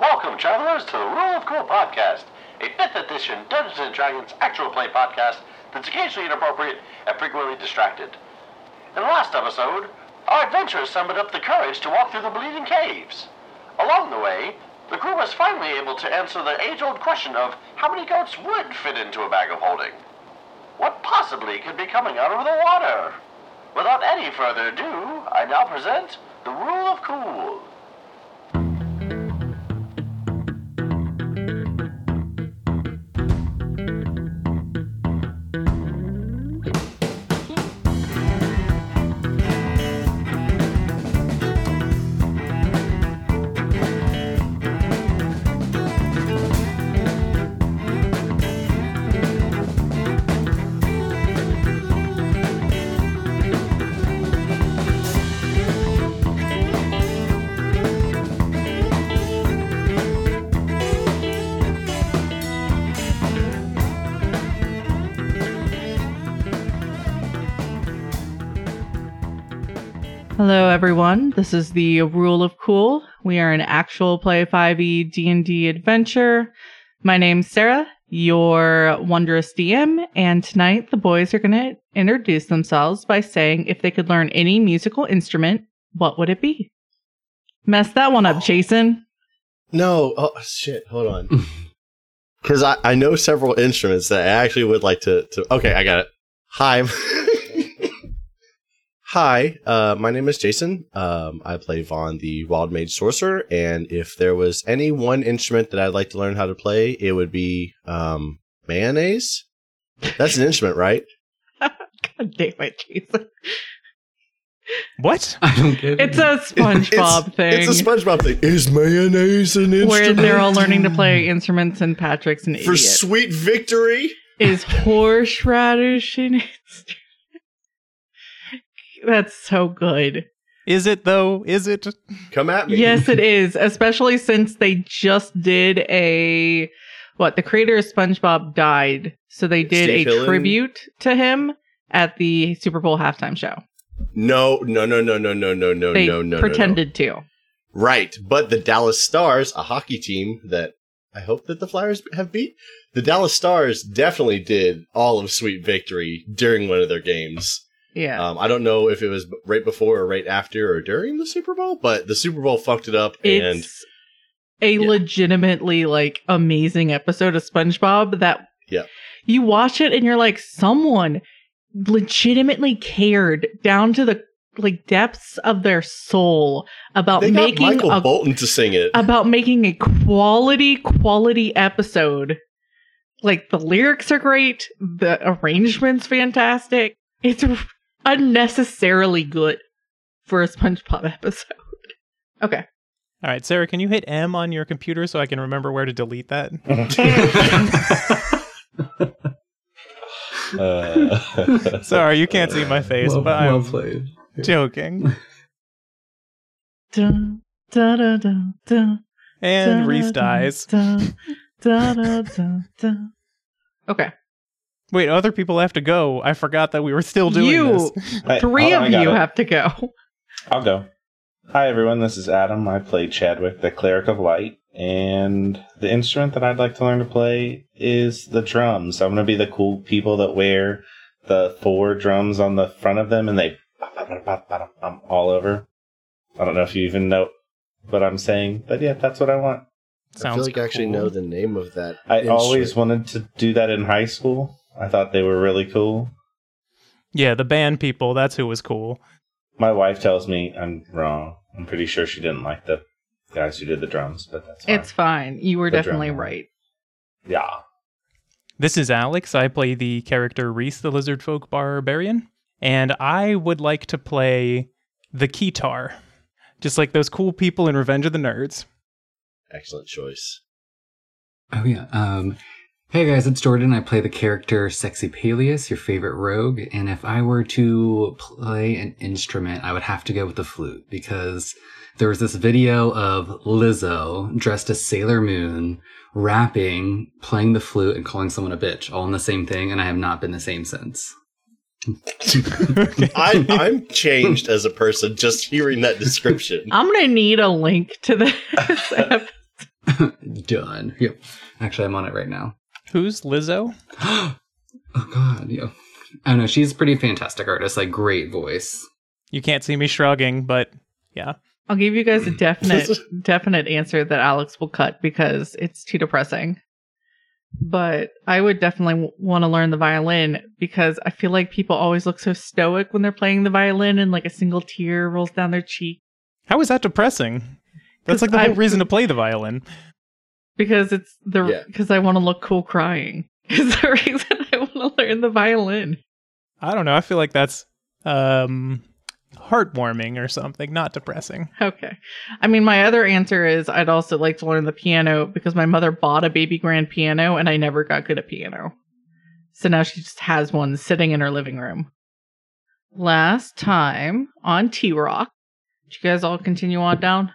Welcome, travelers, to the Rule of Cool podcast, a 5th edition Dungeons and Dragons actual play podcast that's occasionally inappropriate and frequently distracted. In the last episode, our adventurers summoned up the courage to walk through the bleeding caves. Along the way, the crew was finally able to answer the age old question of how many goats would fit into a bag of holding. What possibly could be coming out of the water? Without any further ado, I now present the Rule of Cool. Hello everyone. This is the Rule of Cool. We are an actual play E 5e D&D adventure. My name's Sarah, your wondrous DM, and tonight the boys are going to introduce themselves by saying if they could learn any musical instrument, what would it be? Mess that one up, Jason. No, oh shit, hold on. Cause I, I know several instruments that I actually would like to, to Okay, I got it. Hi. Hi, uh, my name is Jason. Um, I play Vaughn the Wild Mage Sorcerer, and if there was any one instrument that I'd like to learn how to play, it would be um, mayonnaise. That's an instrument, right? God damn it, Jason. What? I don't get It's a SpongeBob thing. It's a SpongeBob thing. Is mayonnaise an instrument? where they're all learning to play instruments and Patrick's an for idiot. sweet victory. is horseradish in it. That's so good. Is it though? Is it? Come at me. Yes, it is, especially since they just did a what the creator of SpongeBob died, so they did Steve a Hillen? tribute to him at the Super Bowl halftime show. No, no, no, no, no, no, no, no, They Oh, no, no. pretended No. Right, but the Dallas Stars, a hockey team that I hope that the Flyers have beat, the Dallas Stars definitely did all of Sweet Victory during one of their games. to. Yeah. Um, I don't know if it was b- right before or right after or during the Super Bowl, but the Super Bowl fucked it up, and it's a Yeah. legitimately like amazing episode of SpongeBob that Yeah. you watch it and you're like someone legitimately cared down to the like depths of their soul about they got making Michael a Bolton to sing it. about making a quality quality episode. Like the lyrics are great, the arrangement's fantastic. It's unnecessarily good for a SpongeBob episode. Okay. All right, Sarah, can you hit M on your computer so I can remember where to delete that? Uh, Sorry, you can't see my face, well, but I'm well played. joking. Dun, da, da, dun, dun, da, And Reese da, dies. dun, da, da, dun, dun. Okay. Wait, other people have to go. I forgot that we were still doing You, this. Hey, three hold on, of I got you it. have to go. I'll go. Hi, everyone. This is Adam. I play Chadwick, the Cleric of Light, and the instrument that I'd like to learn to play is the drums. I'm going to be the cool people that wear the four drums on the front of them, and they I'm all over. I don't know if you even know what I'm saying, but yeah, that's what I want. Sounds I feel like I actually cool. know the name of that. I instrument. always wanted to do that in high school. I thought they were really cool. Yeah, the band people. That's who was cool. My wife tells me I'm wrong. I'm pretty sure she didn't like the guys who did the drums, but that's fine. It's fine. You were The definitely drama. right. yeah. This is Alex. I play the character Reese, the lizard folk barbarian, and I would like to play the keytar, just like those cool people in Revenge of the Nerds. excellent choice. Oh yeah. Um, hey guys, it's Jordan. I play the character Sexy Peleus, your favorite rogue. And if I were to play an instrument, I would have to go with the flute because there was this video of Lizzo dressed as Sailor Moon rapping, playing the flute, and calling someone a bitch, all in the same thing. And I have not been the same since. I, I'm changed as a person just hearing that description. I'm going to need a link to this episode. Done. Yep. Actually, I'm on it right now. Who's Lizzo? oh God. Yeah. I don't know. She's a pretty fantastic artist. Like great voice. You can't see me shrugging, but yeah. I'll give you guys a definite definite answer that Alex will cut because it's too depressing. But I would definitely w- want to learn the violin because I feel like people always look so stoic when they're playing the violin and like a single tear rolls down their cheek How is that depressing? That's 'Cause like the whole I- reason to play the violin. because it's the Yeah. because I want to look cool crying. Is the reason I want to learn the violin. I don't know. I feel like that's um, heartwarming or something, not depressing. Okay. I mean, my other answer is I'd also like to learn the piano because my mother bought a baby grand piano and I never got good at piano. So now she just has one sitting in her living room. Last time on T Rock, did you guys all continue on down?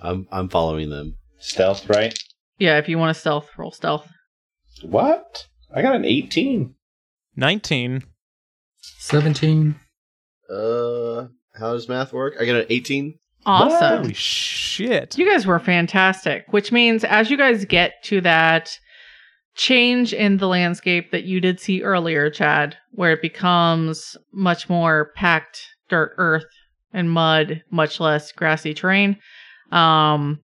I'm I'm following them. Stealth, right? Yeah, if you want to stealth, roll stealth. What? I got an 18. 19. Seventeen. Uh, how does math work? I got an 18. Awesome. Holy shit. You guys were fantastic, which means as you guys get to that change in the landscape that you did see earlier, Chad, where it becomes much more packed dirt, earth, and mud, much less grassy terrain. Um,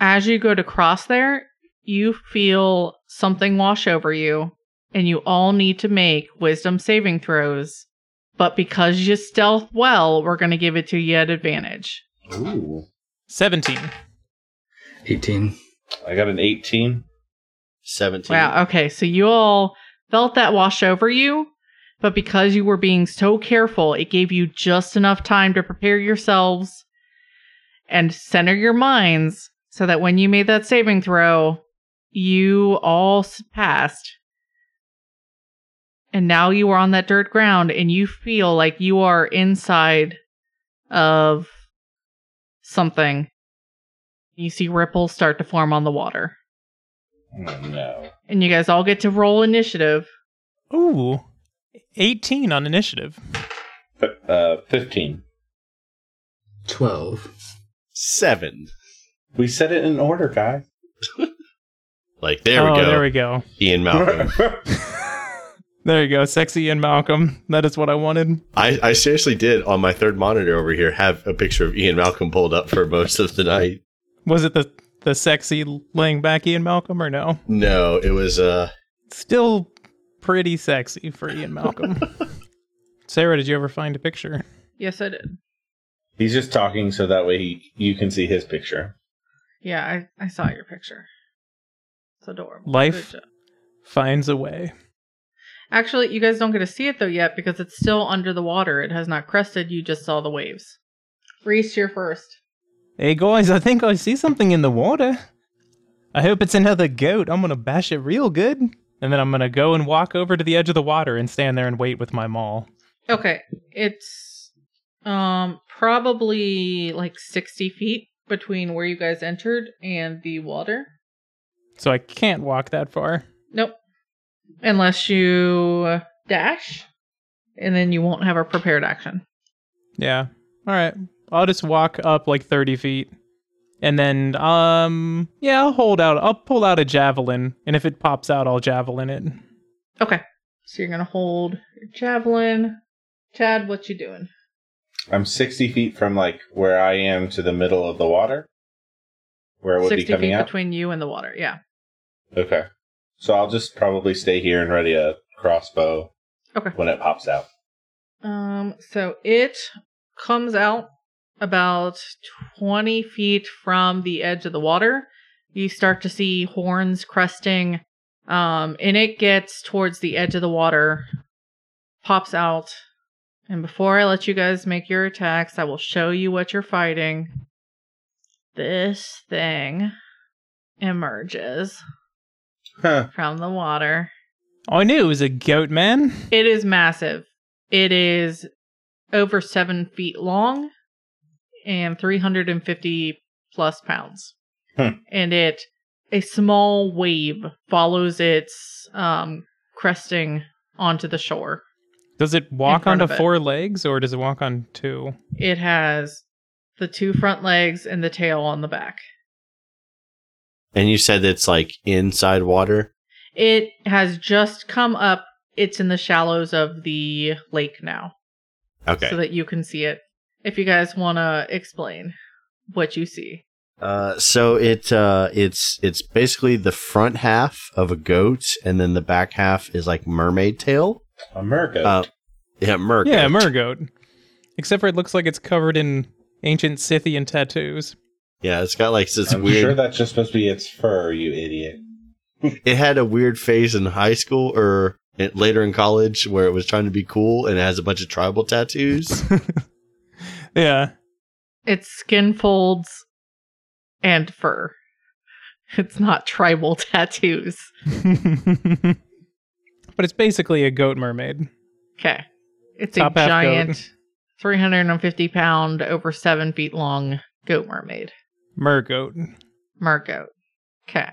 as you go to cross there, you feel something wash over you, and you all need to make wisdom saving throws. But because you stealth well, we're going to give it to you at advantage. Ooh. 17. Eighteen. I got an 18. 17. Wow. Okay. So you all felt that wash over you, but because you were being so careful, it gave you just enough time to prepare yourselves and center your minds so that when you made that saving throw, you all s- passed. And now you are on that dirt ground and you feel like you are inside of something. You see ripples start to form on the water Oh, no. and you guys all get to roll initiative. Ooh. 18 on initiative. F- uh, 15. Twelve. Seven. We said it in order, guys. Like there we oh, go. there we go. Ian Malcolm. There you go. Sexy and Malcolm. That is what I wanted. I, I seriously did on my third monitor over here have a picture of Ian Malcolm pulled up for most of the night. Was it the, the sexy laying back Ian Malcolm or no? No, it was uh Still pretty sexy for Ian Malcolm. Sarah, did you ever find a picture? Yes, I did. He's just talking so that way he, you can see his picture. Yeah, I, I saw your picture. It's adorable. Life. Good job. Finds a way. Actually, you guys don't get to see it though yet because it's still under the water. It has not crested. You just saw the waves. Reese, you're first. Hey guys, I think I see something in the water. I hope it's another goat. I'm gonna bash it real good. And then I'm gonna go and walk over to the edge of the water and stand there and wait with my maul. Okay, it's um probably like sixty feet between where you guys entered and the water. So I can't walk that far. Nope, unless you dash, and then you won't have a prepared action. Yeah. Alright. I'll just walk up like 30 feet. And then, um, yeah, I'll hold out. I'll pull out a javelin. And if it pops out, I'll javelin it. Okay. So you're gonna hold your javelin. Chad, what you doing? I'm 60 feet from like where I am to the middle of the water, where it would be Sixty coming feet out. between you and the water. Yeah. Okay. So I'll just probably stay here and ready a crossbow Okay. when it pops out. Um. So it comes out about twenty feet from the edge of the water. You start to see horns cresting. Um. And it gets towards the edge of the water, pops out. And before I let you guys make your attacks, I will show you what you're fighting. This thing emerges. Huh. from the water. All I knew it was a goat, man. It is massive. It is over seven feet long and 350 plus pounds. Hmm. And it, a small wave follows its um, cresting onto the shore. Does it walk front onto of it. four legs or does it walk on two? It has the two front legs and the tail on the back. And you said it's like inside water. It has just come up. It's in the shallows of the lake now, Okay. so that you can see it. If you guys want to explain what you see, Uh, so it uh, it's it's basically the front half of a goat, and then the back half is like mermaid tail. A mergoat. Uh, yeah, mergoat. Yeah, Murgoat. Except for it looks like it's covered in ancient Scythian tattoos. Yeah, it's got like this I'm weird. sure that's just supposed to be its fur, you idiot. it had a weird phase in high school or in- later in college where it was trying to be cool and it has a bunch of tribal tattoos. Yeah. it's skin folds and fur. It's not tribal tattoos. but it's basically a goat mermaid. Okay. It's Top a half goat. giant, 350 pound, over seven feet long goat mermaid, Murgoat. mergoat. Okay.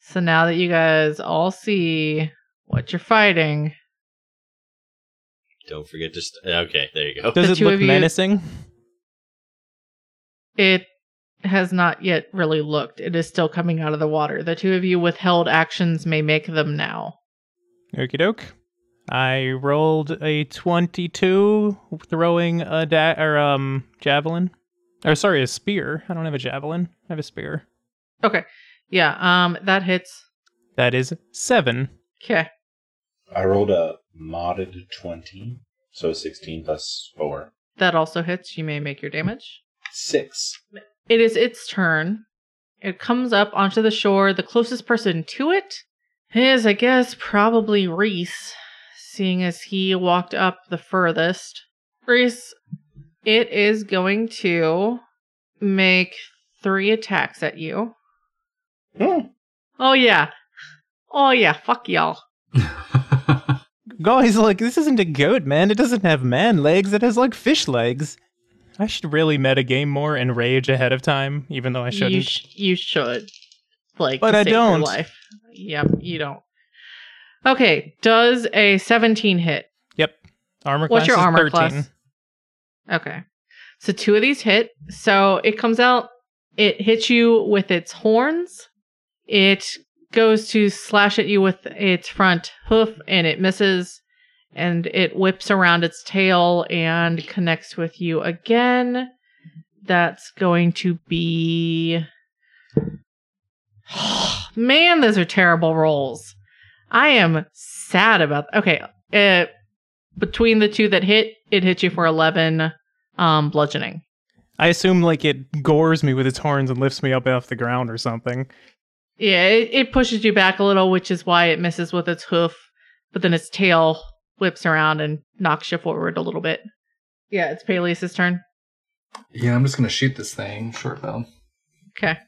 So now that you guys all see what you're fighting, Don't forget to. St- okay, there you go. Does The it two look of you- menacing? it has not yet really looked. It is still coming out of the water. The two of you withheld actions may make them now. Okie doke. I rolled a 22 throwing a da- or um javelin. Or sorry, a spear. I don't have a javelin. I have a spear. Okay. Yeah, um that hits. That is 7. Okay. I rolled a modded 20, so 16 plus 4. That also hits. You may make your damage. 6. It is its turn. It comes up onto the shore. The closest person to it is, I guess, probably Reese, seeing as he walked up the furthest. Reese, it is going to make three attacks at you. Hmm. Oh, yeah. Oh, yeah. Fuck y'all. Guys, like this isn't a goat, man. It doesn't have man legs. It has like fish legs. I should really metagame more and rage ahead of time, even though I shouldn't. You, sh- you should. Like, But to I save your don't. life. Yep, you don't. Okay, does a 17 hit? yep. Armor What's class your is armor 13. class? Okay. So two of these hit. So it comes out, it hits you with its horns. It goes to slash at you with its front hoof and it misses. And it whips around its tail and connects with you again. That's going to be. Man, those are terrible rolls. I am sad about. Okay. Uh, between the two that hit, it hits you for 11 um, bludgeoning. I assume like it gores me with its horns and lifts me up off the ground or something. Yeah, it, it pushes you back a little, which is why it misses with its hoof, but then its tail whips around and knocks you forward a little bit. Yeah, it's Peleus' turn. yeah, I'm just gonna shoot this thing. Short bow. Okay.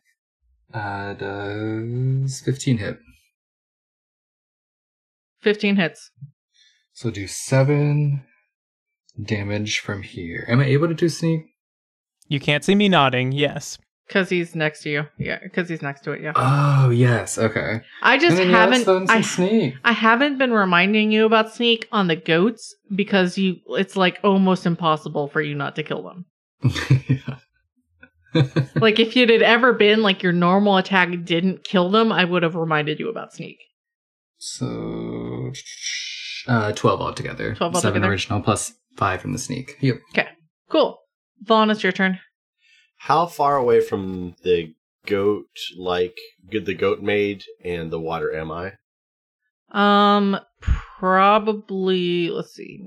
Uh, does 15 hit? 15 hits. So do seven damage from here. Am I able to do sneak? You can't see me nodding. Yes. Because he's next to you. Yeah, because he's next to it. Yeah. Oh yes, okay. I just And then, yeah, let's throw in haven't. some I, sneak. I haven't been reminding you about sneak on the goats because you. It's like almost impossible for you not to kill them. like if it had ever been like your normal attack didn't kill them, I would have reminded you about sneak. so uh, twelve altogether. 12 Seven altogether. original plus five from the sneak. Yep. Cool. Vaughn, it's your turn. How far away from the goat, like good the goat maid and the water, am I? Um, probably. Let's see.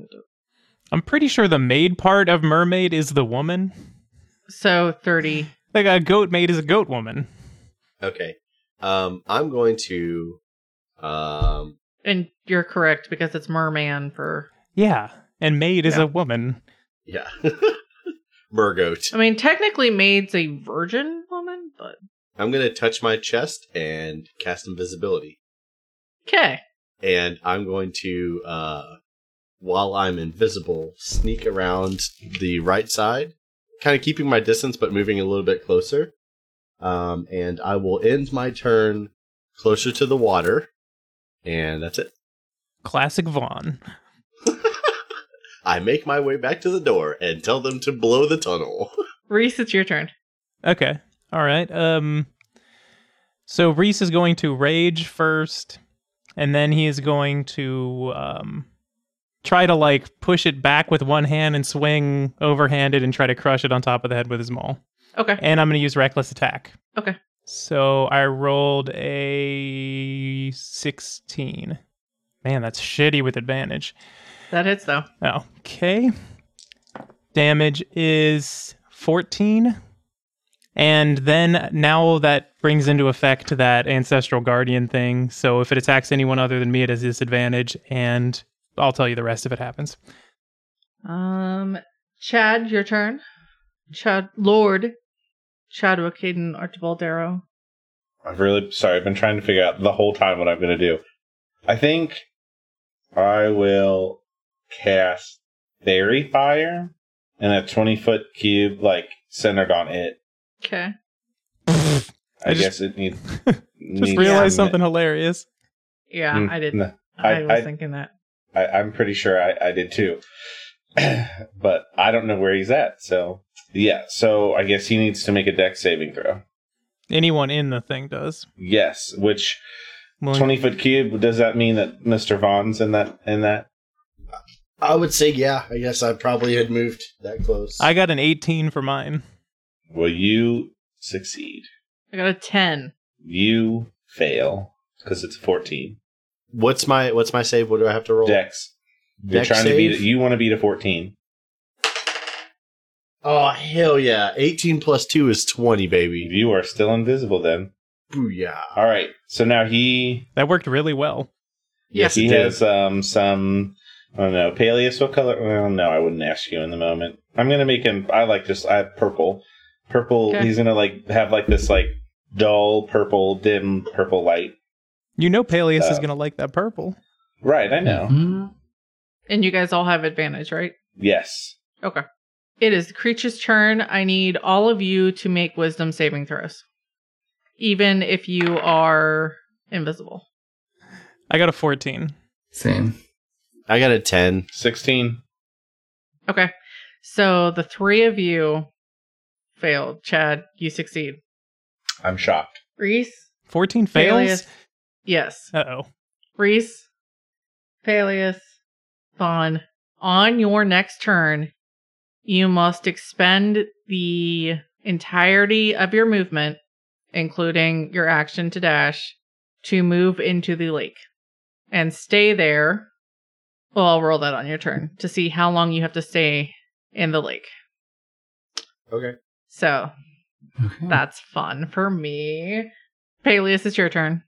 I'm pretty sure the maid part of mermaid is the woman. So thirty. Like a goat maid is a goat woman. Okay. Um, I'm going to. Um, And you're correct because it's merman for. Yeah, and maid is Yeah. a woman. yeah. Mergoat. I mean, technically, maid's a virgin woman, but I'm going to touch my chest and cast invisibility. okay. and I'm going to, uh, while I'm invisible, sneak around the right side, kind of keeping my distance but moving a little bit closer. Um, and I will end my turn closer to the water, and that's it. Classic Vaughn. I make my way back to the door and tell them to blow the tunnel. Reese, it's your turn. Okay. All right. Um So Reese is going to rage first, and then he is going to um, try to like push it back with one hand and swing overhanded and try to crush it on top of the head with his maul. Okay. And I'm going to use reckless attack. Okay. So I rolled a 16. Man, that's shitty with advantage. That hits though. Okay. Damage is 14. And then now that brings into effect that ancestral guardian thing. So if it attacks anyone other than me, it has disadvantage. And I'll tell you the rest if it happens. Um, Chad, your turn. Chad, Lord Chadwick Hayden Archibald Darrow. I've really sorry. I've been trying to figure out the whole time what I'm going to do. I think I will cast fairy fire in a 20 foot cube, like centered on it. Okay. I, I just- guess it needs. Just realized something hilarious. Yeah, I didn't. I, Hmm. I- was I- thinking that. I, I'm pretty sure I, I did too. but I don't know where he's at. So, yeah. So I guess he needs to make a deck saving throw. Anyone in the thing does. Yes. Which Well, 20 foot cube, does that mean that Mr. Vaughn's in that? In that? I would say, yeah. I guess I probably had moved that close. I got an 18 for mine. Will you succeed? I got a ten. You fail because it's 14. what's my what's my save? What do I have to roll? Dex. You're Dex trying to save? beat it. You want to beat a 14. Oh hell yeah! Eighteen plus two is twenty, baby. You are still invisible then. Booyah! All right. So now he That worked really well. Yes, he it did. has um some I don't know, Peleus what color well no, I wouldn't ask you in the moment. I'm gonna make him I like just I have purple. Purple Okay. he's gonna like have like this like dull purple, dim purple light. You know Peleus is Uh, going to like that purple. Right, I know. Mm-hmm. Mhm. And you guys all have advantage, right? Yes. Okay. It is the creature's turn. I need all of you to make wisdom saving throws, even if you are invisible. I got a 14. Same. I got a ten. Sixteen. Okay. So the three of you failed. Chad, you succeed. I'm shocked. Reese, 14 fails? Peleus. Yes. Uh oh. Reese, Peleus, Vaughn, on your next turn, you must expend the entirety of your movement, including your action to dash, to move into the lake and stay there. Well, I'll roll that on your turn to see how long you have to stay in the lake. Okay. So Okay. that's fun for me. Peleus, it's your turn.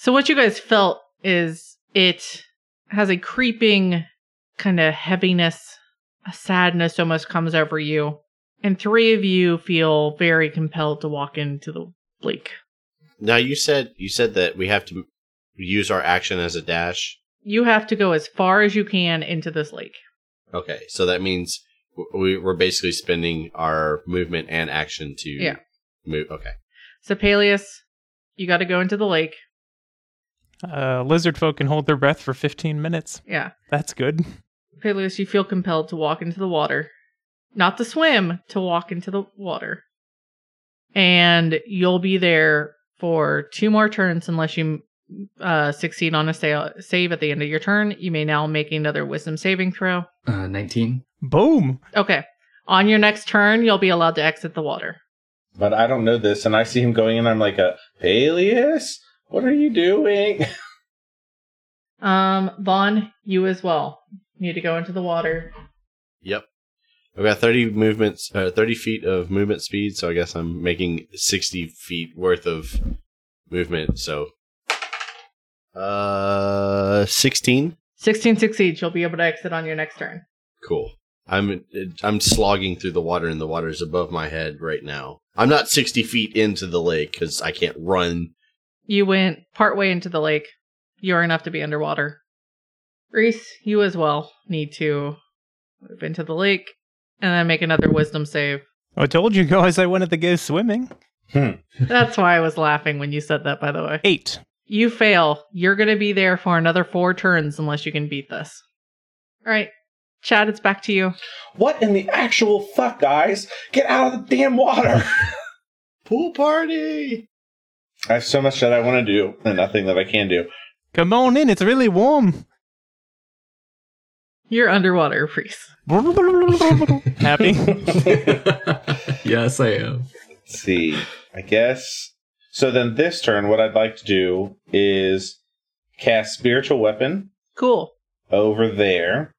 So what you guys felt is it has a creeping kind of heaviness, a sadness almost comes over you. And three of you feel very compelled to walk into the lake. Now you said you said that we have to use our action as a dash. You have to go as far as you can into this lake. Okay, so that means w- we, we're basically spending our movement and action to Yeah. move. Okay. So Peleus, you got to go into the lake. Uh, lizard folk can hold their breath for 15 minutes. Yeah. That's good. Peleus, you feel compelled to walk into the water. Not to swim, to walk into the water. And you'll be there for two more turns unless you uh, succeed on a sa- save at the end of your turn. You may now make another wisdom saving throw. Uh, 19. Boom. Okay. On your next turn, you'll be allowed to exit the water. But I don't know this, and I see him going in, I'm like a Peleus? What are you doing? Um, Vaughn, you as well need to go into the water. Yep. I've got thirty movements, uh, thirty feet of movement speed. So I guess I'm making sixty feet worth of movement. So, uh, sixteen. 16 succeeds. You'll be able to exit on your next turn. Cool. I'm I'm slogging through the water, and the water is above my head right now. I'm not sixty feet into the lake because I can't run. You went partway into the lake. You're enough to be underwater. Reese, you as well need to move into the lake and then make another wisdom save. I told you guys I wanted to go swimming. That's why I was laughing when you said that, by the way. Eight. You fail. You're going to be there for another four turns unless you can beat this. All right. Chad, it's back to you. What in the actual fuck, guys? Get out of the damn water! Pool party. I have so much that I want to do and nothing that I can do. Come on in, it's really warm. You're underwater, Reese. Happy? yes, I am. Let's see. I guess. So then this turn, what I'd like to do is cast Spiritual Weapon Cool. over there,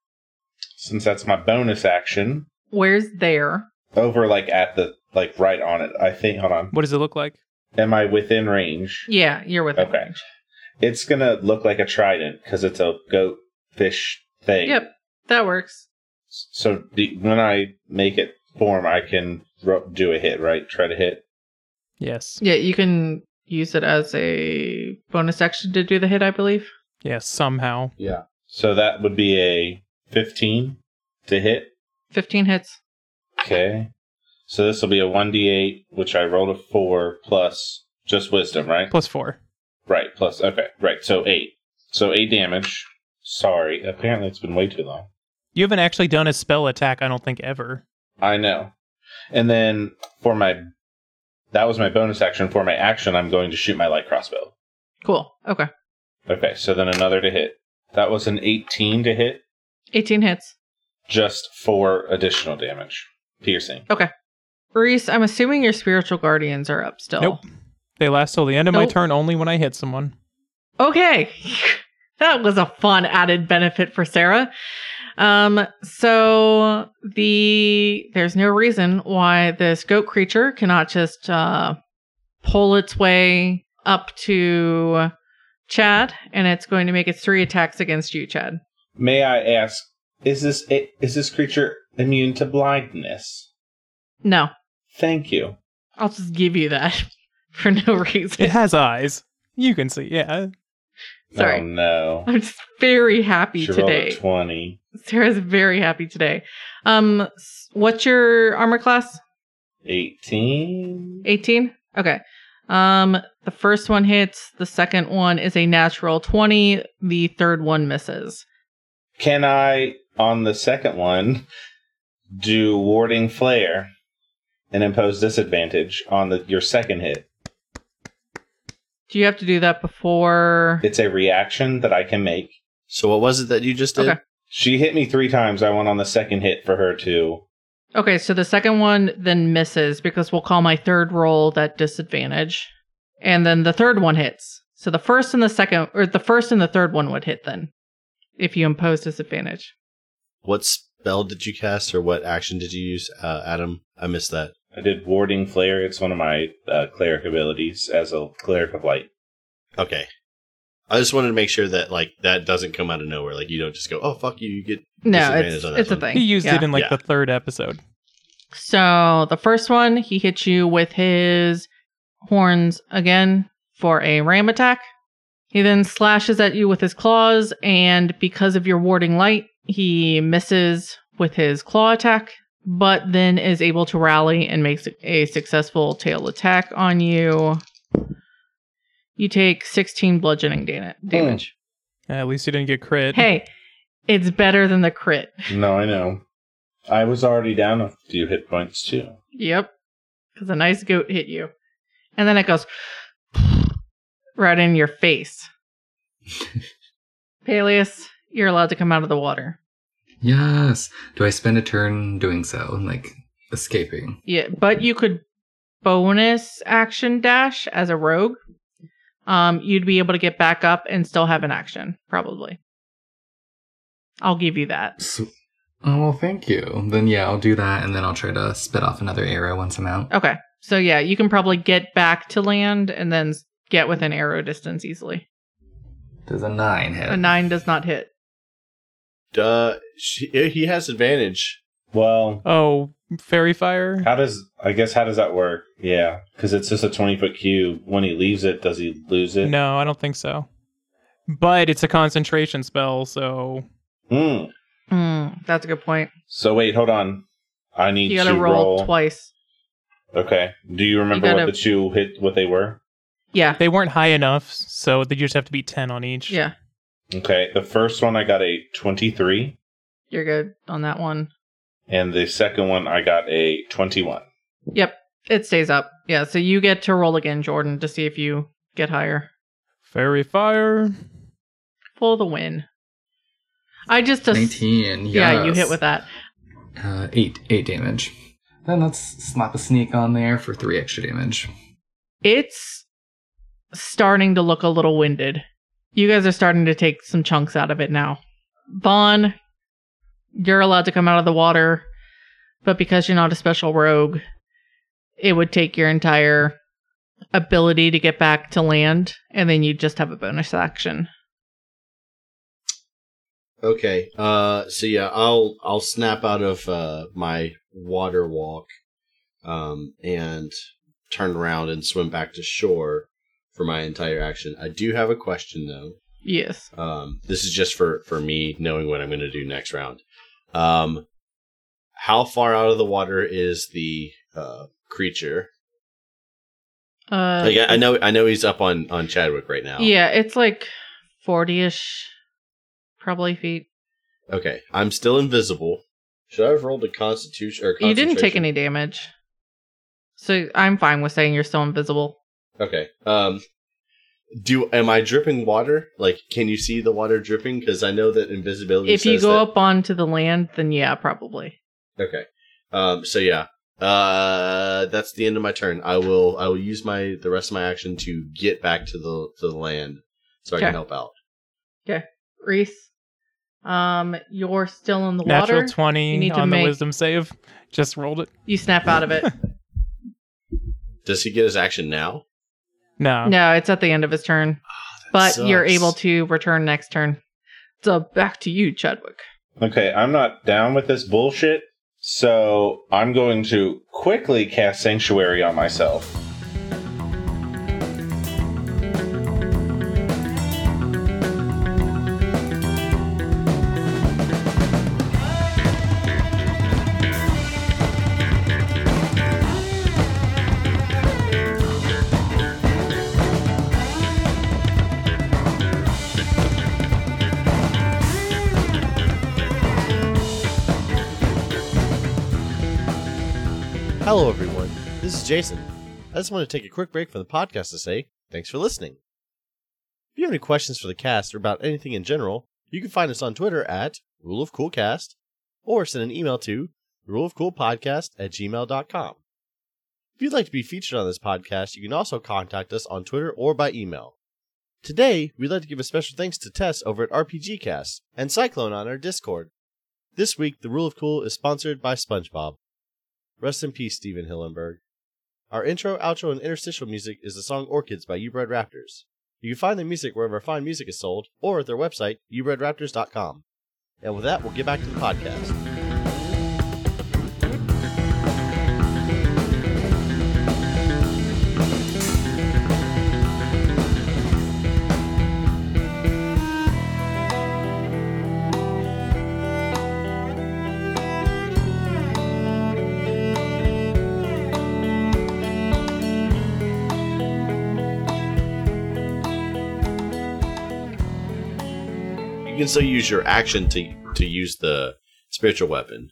since that's my bonus action. Where's there? Over, like, at the, like, right on it. I think, hold on. What does it look like? Am I within range? Yeah, you're with Okay. it. It's gonna look like a trident because it's a goat fish thing. Yep, that works. So the, when I make it form, I can ro- do a hit, right? Try to hit. Yes. Yeah, you can use it as a bonus action to do the hit, I believe. Yes, somehow. Yeah. So that would be a 15 to hit. 15 hits. Okay. So this will be a 1d8, which I rolled a 4 plus just wisdom, right? Plus four. Right, plus. Okay, right. So 8. So 8 damage. Sorry. Apparently it's been way too long. You haven't actually done a spell attack, I don't think, ever. I know. And then for my. That was my bonus action. For my action, I'm going to shoot my light crossbow. Cool. Okay. Okay, so then another to hit. That was an 18 to hit, 18 hits. just 4 additional damage. Piercing. Reese, I'm assuming your spiritual guardians are up still. Nope. They last till the end of my Nope. turn only when I hit someone. Okay. that was a fun added benefit for Sarah. Um, so the there's no reason why this goat creature cannot just uh pull its way up to Chad, and it's going to make its three attacks against you, Chad. May I ask, is this is this creature immune to blindness? No, Thank you. I'll just give you that for no It reason. has eyes. You can see, yeah. Sorry. Oh no. I'm just very happy She rolled a today. 20. Sarah's very happy today. Um, s- what's your armor class? 18. 18 okay um the first one hits the second one is a natural 20 the third one misses Can I, on the second one, do warding flare and impose disadvantage on the, your second hit? do you have to do that before It's a reaction that I can make. So what was it that you just did? Okay. She hit me three times. I went on the second hit for her to. okay so the second one then misses because we'll call my third roll that disadvantage and then the third one hits so the first and the second or the first and the third one would hit then if you impose disadvantage What spell did you cast or what action did you use, uh, Adam? I missed that. I did warding flare. It's one of my uh, cleric abilities as a cleric of light. Okay. I just wanted to make sure that like that doesn't come out of nowhere. Like you don't just go, oh fuck you, you get. no Disadvantage it's, on that it's a one. thing He used Yeah. it in like Yeah. the third episode. So the first one, he hits you with his horns again for a ram attack. He then slashes at you with his claws, and because of your warding light, he misses with his claw attack, but then is able to rally and makes a successful tail attack on you. You take 16 bludgeoning dana- Hmm. damage. Uh, At least you didn't get crit. Hey, it's better than the crit. No, I know. I was already down a few hit points too. Yep. Because a nice goat hit you. And then it goes right in your face. Peleus, you're allowed to come out of the water. Yes. Do I spend a turn doing so, like escaping? Yeah, but you could bonus action dash as a rogue. Um, you'd be able to get back up and still have an action, probably. I'll give you that. S oh, well, thank you. Then yeah, I'll do that, and then I'll try to spit off another arrow once I'm out. Okay. So yeah, you can probably get back to land and then s- get within arrow distance easily. Does a nine hit? A nine does not hit. Uh, she, he has advantage. Well, Oh, fairy fire? how does I guess how does that work? Yeah, because it's just a twenty foot cube. When he leaves it, does he lose it? No, I don't think so. But it's a concentration spell, so Hmm. Mm, that's a good point. So wait, hold on. I need You gotta to roll, twice. Okay. Do you remember You gotta- what the two hit? What they were? Yeah. they weren't high enough, so they just have to be 10 on each. Yeah. Okay. The first one I got a twenty three, You're good on that one. and the second one I got a twenty one. Yep. It stays up. Yeah, so you get to roll again, Jordan, to see if you get higher. Fairy fire. Pull the win. I just as- 19. yeah, you yes. hit with that. Uh, eight, eight damage. Then let's slap a sneak on there for three extra damage. It's starting to look a little winded. You guys are starting to take some chunks out of it now. Vaughn, you're allowed to come out of the water, but because you're not a special rogue, it would take your entire ability to get back to land, and then you'd just have a bonus action. Okay. Uh so yeah, I'll I'll snap out of uh my water walk um and turn around and swim back to shore for my entire action. I do have a question though. Yes. Um this is just for for me knowing what I'm going to do next round. Um how far out of the water is the uh creature? Uh, Like I, I know I know he's up on on Chadwick right now. Yeah, it's like 40 ish, probably feet. Okay. I'm still invisible. Should I have rolled a constitution or You didn't take concentration? any damage. So I'm fine with saying you're still invisible. Okay. Um do am I dripping water? Like can you see the water dripping cuz I know that invisibility if you says go that- up onto the land, then yeah, probably. Okay. Um so yeah. Uh that's the end of my turn. I will I will use my the rest of my action to get back to the to the land so I Okay. can help out. Reese, um, you're still in the Natural water. 20 You need to on the make- wisdom save. Just rolled it. you snap out of it. Does he get his action now? No. no, it's at the end of his turn, but you're Ah, sucks. able to return next turn. So back to you, Chadwick. Okay, I'm not down with this bullshit, so I'm going to quickly cast Sanctuary on myself. Hello, everyone. This is Jason. I just want to take a quick break from the podcast to say thanks for listening. If you have any questions for the cast or about anything in general, you can find us on Twitter at Rule of Cool Cast or send an email to ruleofcoolpodcast at gmail.com. If you'd like to be featured on this podcast, you can also contact us on Twitter or by email. Today, we'd like to give a special thanks to Tess over at RPG Cast and Cyclone on our Discord. This week, the Rule of Cool is sponsored by SpongeBob. Rest in peace, Steven Hillenberg. Our intro, outro, and interstitial music is the song Orchids by Ubred Raptors. You can find their music wherever fine music is sold or at their website, ubredraptors.com. And with that, we'll get back to the podcast. You can still use your action to to use the spiritual weapon.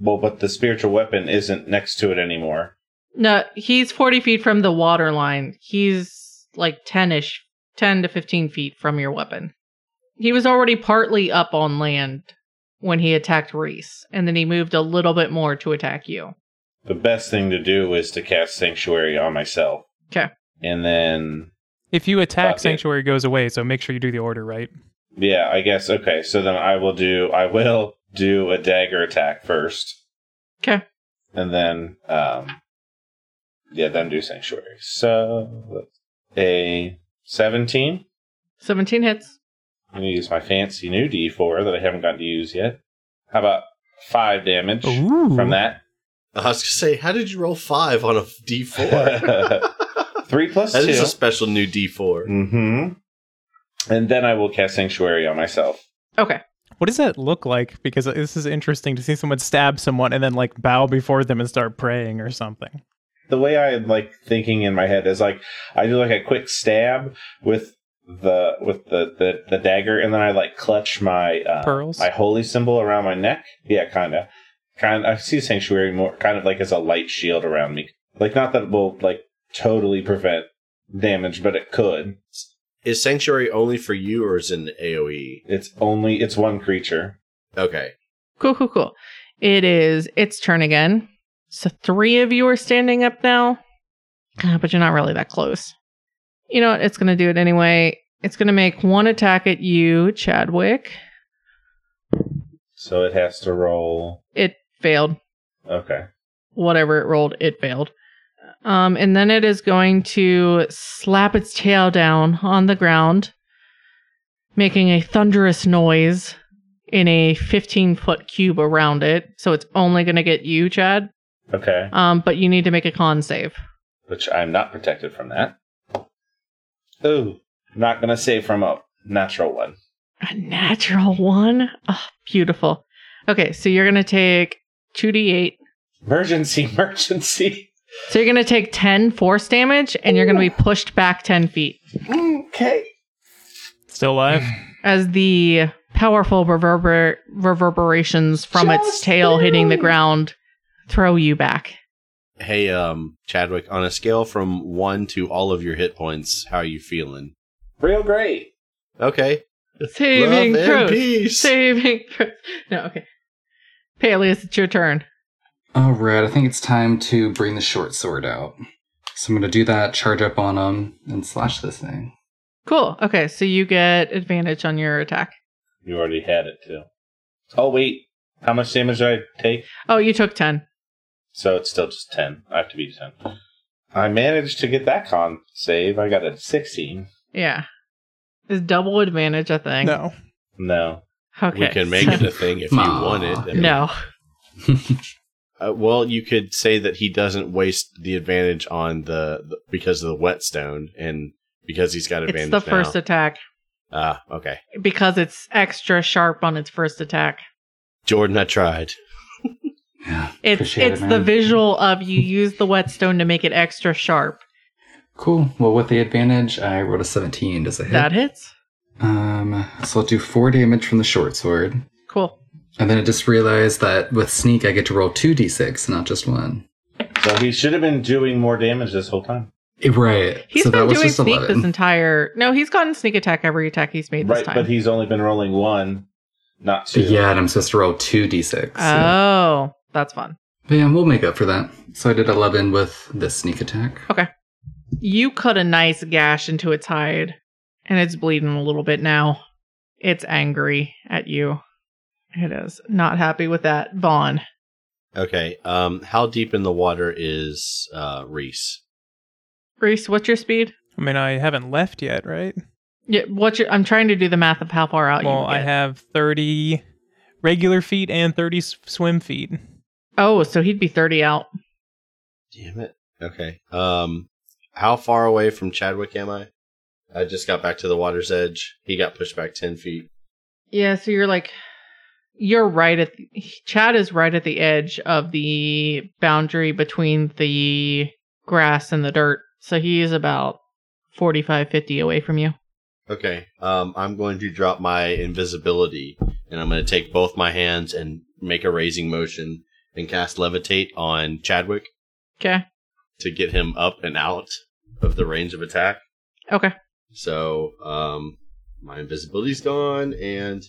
Well, but the spiritual weapon isn't next to it anymore. No, he's 40 feet from the water line. He's like 10 ish, 10 to 15 feet from your weapon. He was already partly up on land when he attacked Reese, and then he moved a little bit more to attack you. The best thing to do is to cast Sanctuary on myself. 'Kay. And then, If you attack, Fuck it. Sanctuary goes away, so make sure you do the order right. yeah, I guess, okay, so then I will do, I will do a dagger attack first. 'Kay. And then, um, yeah, then do Sanctuary. So, a 17. 17 hits. I'm gonna use my fancy new D4 that I haven't gotten to use yet. How about five damage Ooh. from that? I was gonna say, how did you roll five on a D four? Three plus that is a two. special new D four. mm-hmm. And then I will cast Sanctuary on myself. Okay. What does that look like? Because this is interesting to see someone stab someone and then like bow before them and start praying or something. The way I'm like thinking in my head is like I do like a quick stab with the with the the, the dagger, and then I like clutch my uh, Pearls? my holy symbol around my neck. Yeah, kind of. Kind. I see Sanctuary more kind of like as a light shield around me, Like, not that it will like totally prevent damage, but it could. Is Sanctuary only for you or is it an AoE? It's only it's one creature. Okay. Cool, cool, cool. It is its turn again. So three of you are standing up now, Ah, but you're not really that close. You know what? It's going to do it anyway. It's going to make one attack at you, Chadwick. So it has to roll. It failed. Okay. Whatever it rolled, it failed. Um, and then it is going to slap its tail down on the ground, making a thunderous noise in a 15 foot cube around it. So it's only going to get you, Chad. Okay. Um, but you need to make a con save. Which I'm not protected from that. Ooh. Not gonna save from a natural one. A natural one? Oh, beautiful. Okay, so you're going to take 2d8. Emergency, emergency. So you're going to take 10 force damage and you're going to be pushed back 10 feet Okay. Still alive? as the powerful reverber- reverberations from its Just tail hitting the barely. ground throw you back. Hey, um, Chadwick, on a scale from one to all of your hit points, how are you feeling? Real great. Okay. Saving Love and throws. peace. Saving throws. No, okay. Peleus, it's your turn. All right, I think it's time to bring the short sword out. So I'm going to do that, charge up on him, and slash this thing. Cool. Okay, so you get advantage on your attack. You already had it too. Oh wait. How much damage did I take? Oh, you took 10. So it's still just ten. I have to beat ten. I managed to get that con save. I got a sixteen. Yeah. Is double advantage a thing? No. No. Okay. We can make so- it a thing if you Aw. want it. I mean, No. Uh, well, you could say that he doesn't waste the advantage on the, the- because of the whetstone and because he's got It's advantage. the first now. attack Ah, okay. because it's extra sharp on its first attack. Jordan, I tried. Yeah, It's appreciate it, it's the man. visual of you use the whetstone to make it extra sharp. Cool. Well, with the advantage, I rolled a 17. Does it hit? That hits. Um, so I'll do four damage from the short sword. Cool. And then I just realized that with sneak, I get to roll 2d6, not just one. So he should have been doing more damage this whole time. Eh, Right. He's so that been was doing just sneak 11. this entire. No, he's gotten sneak attack every attack he's made Right, this time. but he's only been rolling one, not two. yeah, and I'm supposed to roll 2d6. so- oh, that's fun. But yeah, we'll make up for that. So I did 11 with this sneak attack. You cut a nice gash into its hide, and it's bleeding a little bit now. It's angry at you. It is not happy with that, Vaughn. Okay. Um, how deep in the water is uh, Reese? Reese, what's your speed? I mean, I haven't left yet, right? Yeah, what's your? I'm trying to do the math of how far out. well, you I get. have 30 regular feet and 30 s- swim feet. Oh, so he'd be 30 out. Damn it. Okay. Um, how far away from Chadwick am I? I just got back to the water's edge. He got pushed back ten feet. Yeah, so you're like, you're right at Chad is right at the edge of the boundary between the grass and the dirt. So he is about 45, 50 away from you. Okay. Um, I'm going to drop my invisibility, and I'm going to take both my hands and make a raising motion and cast levitate on Chadwick Okay. to get him up and out of the range of attack. Okay. So, um, my invisibility's gone, and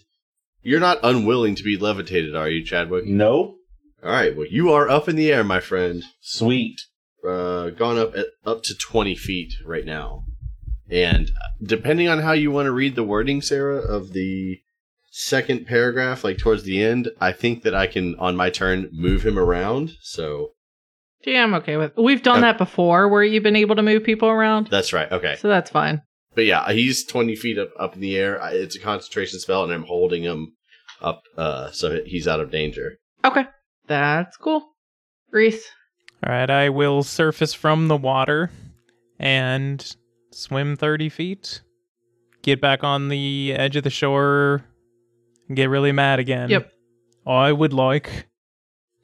you're not unwilling to be levitated, are you, Chadwick? No. All right. Well, you are up in the air, my friend. Sweet. Uh, gone up at, up to twenty feet right now, and depending on how you want to read the wording, Sarah, of the second paragraph, like towards the end, I think that I can on my turn move him around. So Yeah, I'm okay with. We've done Okay. that before, where you've been able to move people around. that's right. Okay. So that's fine. But yeah, he's twenty feet up up in the air. I- It's a concentration spell, and I'm holding him up, uh, so he's out of danger. Okay, that's cool. Reese, All right, I will surface from the water and swim 30 feet, get back on the edge of the shore, and get really mad again. Yep. I would like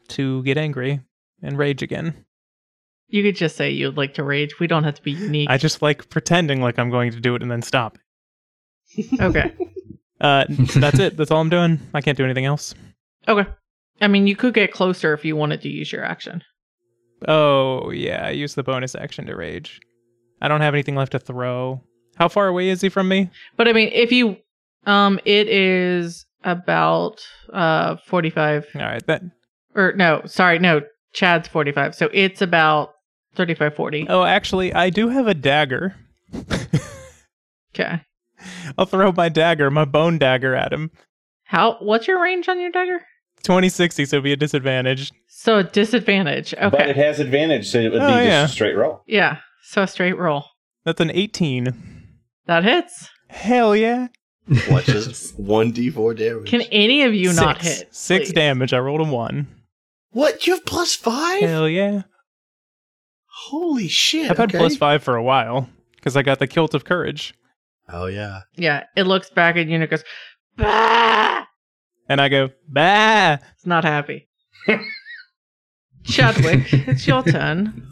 to get angry and rage again. you could just say you'd like to rage. We don't have to be unique. I just like pretending like I'm going to do it and then stop. okay. Uh, that's it. That's all I'm doing. I can't do anything else. Okay. I mean, you could get closer if you wanted to use your action. Oh, yeah, I used the bonus action to rage. I don't have anything left to throw. How far away is he from me? But I mean, if you, um, it is about uh 45 All right, that. or no, sorry, no, Chad's 45. So it's about 35, 40. Oh, actually, I do have a dagger. Okay. I'll throw my dagger, my bone dagger, at him. How, what's your range on your dagger? 2060, so it'd be a disadvantage. So a disadvantage. But Okay. it has advantage, so it would be Oh, just yeah. a straight roll. yeah. So a straight roll. That's an 18. That hits. Hell yeah. Watch this. One D four damage. Can any of you not Six. hit? Six please? damage. I rolled a one. what? You have plus five? Hell yeah. Holy shit! I've had okay. plus five for a while because I got the Kilt of Courage. Oh yeah. Yeah. It looks back at you and it goes, bah! And I go, bah. It's not happy. Chadwick, it's your turn.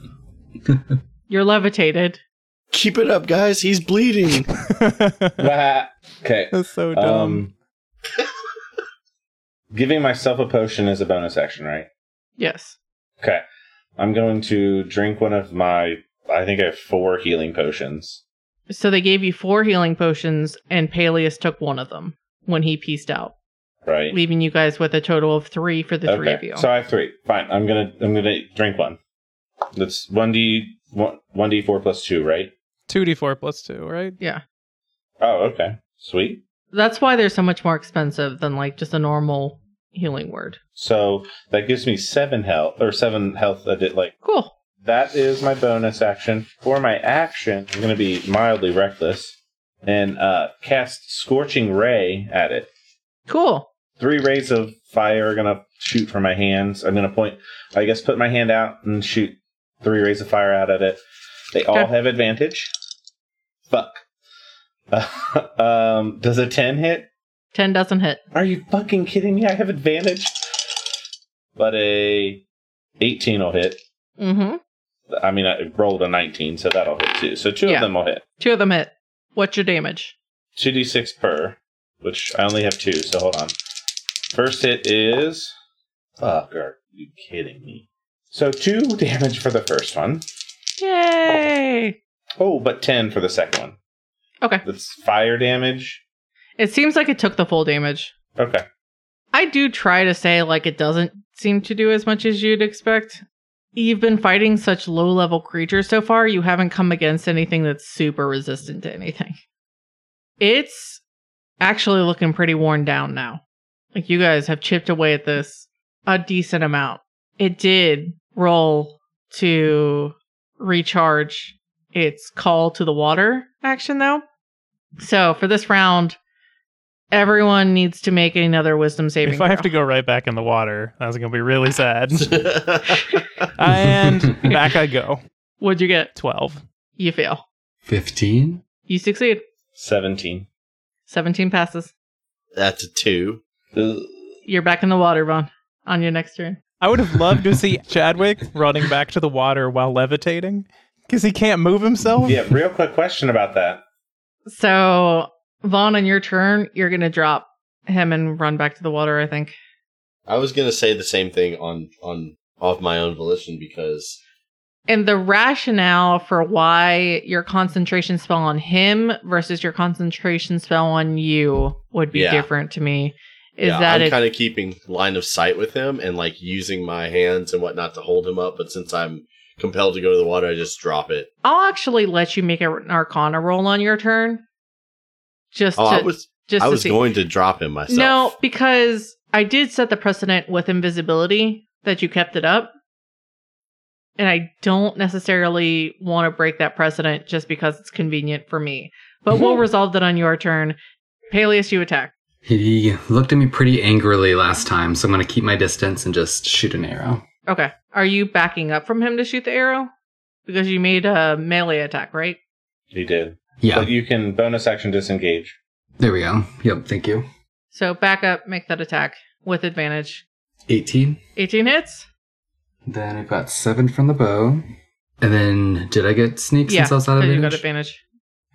You're levitated. Keep it up, guys. He's bleeding. That's okay. so dumb. Um, giving myself a potion is a bonus action, right? Yes. Okay. I'm going to drink one of my. I think I have four healing potions. So they gave you four healing potions, and Peleus took one of them when he pieced out, Right. leaving you guys with a total of three for the three of you. So I have three. Fine. I'm gonna. I'm gonna drink one. That's one d one d four plus two, right? 2d4 plus 2, right? yeah. Oh, okay. Sweet. That's why they're so much more expensive than like just a normal healing word. So that gives me seven health or seven health. I did like Cool. that is my bonus action. For my action, I'm gonna be mildly reckless and uh, cast scorching ray at it. Cool. three rays of fire are gonna shoot from my hands. I'm gonna point, I guess, put my hand out and shoot three rays of fire out at it. They all Okay. have advantage. Fuck. um, does a ten hit? 10 doesn't hit. Are you fucking kidding me? I have advantage. But a eighteen will hit. Mm-hmm. I mean, I rolled a nineteen, so that'll hit too. So two Yeah. of them will hit. Two of them hit. What's your damage? Two d six per, which I only have two. So hold on. First hit is. Fuck, are you kidding me? So two damage for the first one. Yay! Oh, but ten for the second one. Okay. That's fire damage. It seems like it took the full damage. Okay. I do try to say like it doesn't seem to do as much as you'd expect. You've been fighting such low level creatures so far, you haven't come against anything that's super resistant to anything. It's actually looking pretty worn down now. Like you guys have chipped away at this a decent amount. It did roll to recharge its call to the water action though. So for this round, everyone needs to make another wisdom saving. If I have to throw. go right back in the water, that's going to be really sad. and back I go. What'd you get? 12. You fail. 15? You succeed. Seventeen. 17 passes. That's a two. Ugh. You're back in the water, Vaughn, on your next turn. I would have loved to see Chadwick running back to the water while levitating because he can't move himself. Yeah. Real quick question about that. So, Vaughn, on your turn, you're going to drop him and run back to the water, I think. I was gonna say the same thing on on off my own volition because And the rationale for why your concentration spell on him versus your concentration spell on you would be Yeah. different to me. Is yeah, that I'm it? kind of keeping line of sight with him and like using my hands and whatnot to hold him up. But since I'm compelled to go to the water, I just drop it. I'll actually let you make a- an Arcana roll on your turn. Just Oh, to, I was just I to was see. going to drop him myself. No, because I did set the precedent with invisibility that you kept it up. And I don't necessarily want to break that precedent just because it's convenient for me. But we'll resolve that on your turn. Peleus, you attack. He looked at me pretty angrily last time, so I'm going to keep my distance and just shoot an arrow. Okay. Are you backing up from him to shoot the arrow? Because you made a melee attack, right? He did. Yeah, But you can bonus action disengage. there we go. Yep, thank you. So back up, make that attack with advantage. 18. 18 hits? Then I've got 7 from the bow. And then, did I get sneak yeah. since I was out so of you got advantage? advantage.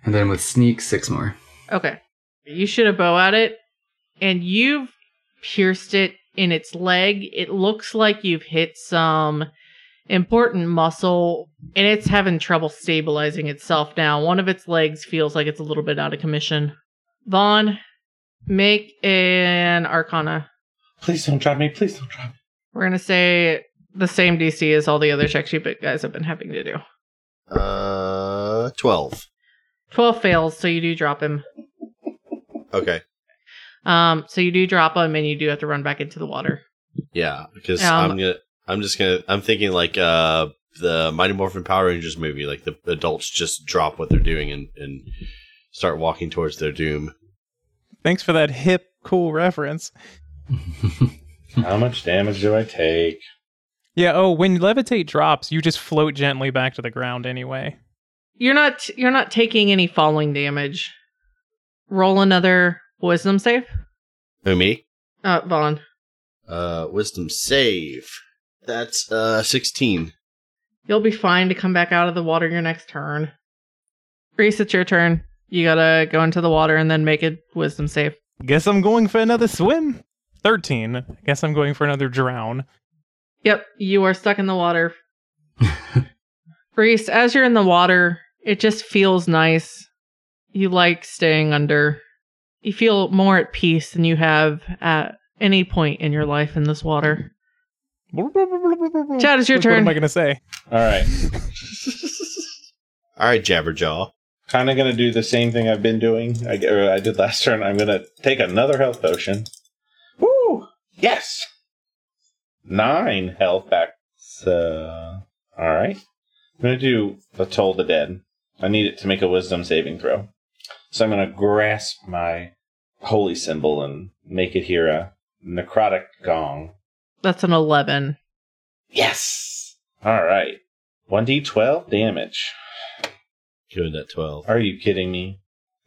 And then with sneak, 6 more. Okay. You shoot a bow at it, and you've pierced it in its leg. It looks like you've hit some important muscle and it's having trouble stabilizing itself now. One of its legs feels like it's a little bit out of commission. Vaughn, make an arcana. Please don't drop me. Please don't drop me. We're going to say the same DC as all the other checks you guys have been having to do. Uh, 12. 12 fails, so you do drop him. Okay. Um, so you do drop him and you do have to run back into the water. Yeah, because Um, I'm gonna, I'm just gonna, I'm thinking like uh the Mighty Morphin Power Rangers movie, like the adults just drop what they're doing and and start walking towards their doom. Thanks for that hip, cool reference. How much damage do I take? Yeah, oh, when levitate drops, you just float gently back to the ground anyway. You're not you're not taking any falling damage. Roll another wisdom save. Who me? Uh Vaughn. Uh, Wisdom save. That's uh 16. You'll be fine to come back out of the water your next turn. Reese, it's your turn. You gotta go into the water and then make a wisdom save. Guess I'm going for another swim. 13. Guess I'm going for another drown. Yep, you are stuck in the water. Reese, as you're in the water, it just feels nice. You like staying under. You feel more at peace than you have at any point in your life in this water. Chad, it's your What- What turn. am I going to say? All right. All right, Jabberjaw. Kind of going to do the same thing I've been doing. I, or I did last turn. I'm going to take another health potion. Woo! Yes! Nine health back. So, all right. I'm going to do a Toll the Dead. I need it to make a wisdom saving throw. So I'm going to grasp my holy symbol and make it here a necrotic gong. That's an 11. Yes! All right. 1d12 damage. Good at 12. Are you kidding me?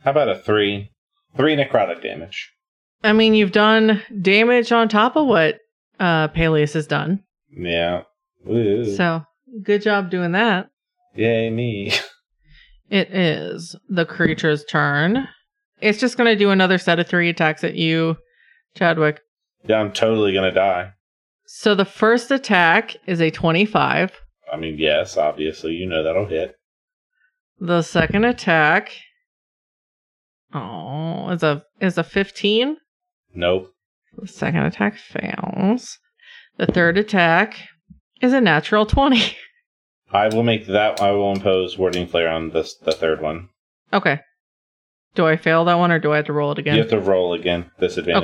How about a three? Three necrotic damage. I mean, you've done damage on top of what uh, Peleus has done. Yeah. Woo. So, good job doing that. Yay, me. It is the creature's turn. It's just going to do another set of three attacks at you, Chadwick. yeah, I'm totally gonna die. So the first attack is a 25. I mean, yes, obviously, you know that'll hit. The second attack Oh, is a is a 15. Nope. The second attack fails. The third attack is a natural 20. I will make that. I will impose warding flare on this the third one. Okay. Do I fail that one or do I have to roll it again? You have to roll again. Disadvantage.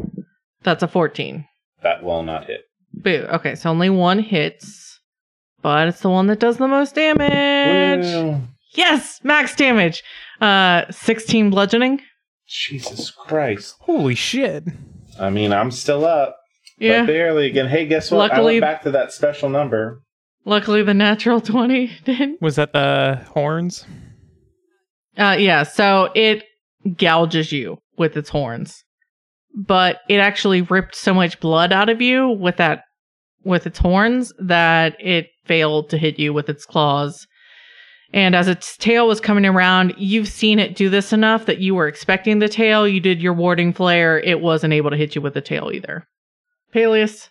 Okay. That's a 14. That will not hit. Boo. Okay, so only one hits, but it's the one that does the most damage. Woo. Yes, max damage. Uh, 16 bludgeoning. Jesus Christ. Holy shit. I mean, I'm still up, Yeah. but barely again. Hey, guess what? I Luckily- went back to that special number. Luckily, the natural 20 didn't. Was that the horns? Uh, yeah, so it gouges you with its horns, but it actually ripped so much blood out of you with that, with its horns that it failed to hit you with its claws. And as its tail was coming around, you've seen it do this enough that you were expecting the tail. You did your warding flare. It wasn't able to hit you with the tail either. Peleus,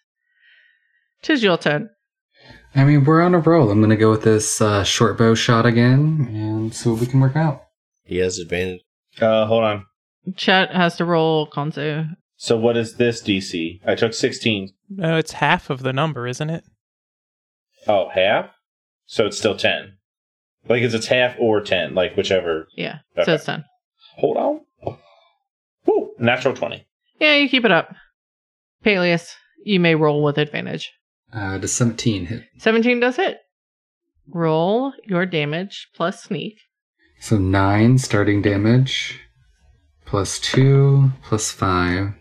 tis your turn. I mean, we're on a roll. I'm going to go with this uh, short bow shot again and see what we can work out. He has advantage. Uh, hold on. Chet has to roll Konzu. So what is this DC? I took 16. No, it's half of the number, isn't it? Oh, half? So it's still 10. Like, it's it's half or 10, like, whichever. Yeah, so Okay. it's done. Hold on. Woo! Natural 20. Yeah, you keep it up. Peleus, you may roll with advantage. Uh, does 17 hit? 17 does hit. Roll your damage plus sneak. So 9 starting damage, plus 2, plus 5.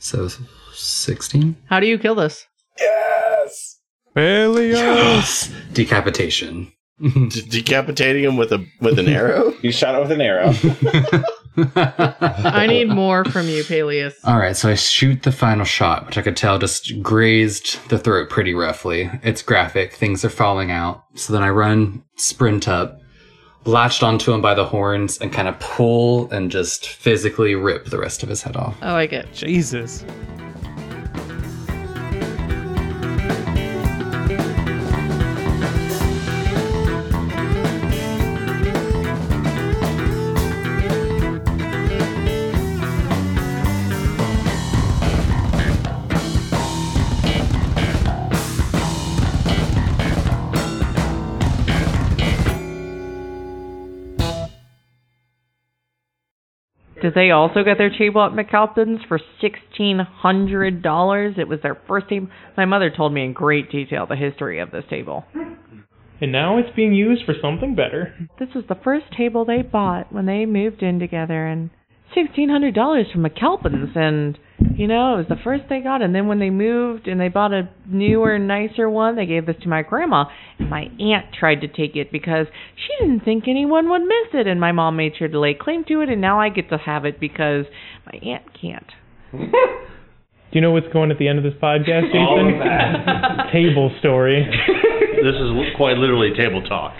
So 16? How do you kill this? Yes! Peleos! Decapitation. D- decapitating him with a with an arrow. You shot it with an arrow. I need more from you, Peleus. All right, so I shoot the final shot, which I could tell just grazed the throat pretty roughly. It's graphic, things are falling out. So then I run, sprint up, latched onto him by the horns, and kind of pull and just physically rip the rest of his head off. I like it. Jesus. Did they also get their Chabot McAlpins for sixteen hundred dollars? It was their first table. My mother told me in great detail the history of this table. And now it's being used for something better. This was the first table they bought when they moved in together, and sixteen hundred dollars from McAlpins, and you know it was the first they got. And then when they moved and they bought a newer, nicer one, they gave this to my grandma. And my aunt tried to take it because she didn't think anyone would miss it, and my mom made sure to lay claim to it. And now I get to have it because my aunt can't. Do you know what's going at the end of this podcast, Jason? All of that. Table story. this is quite literally table talk.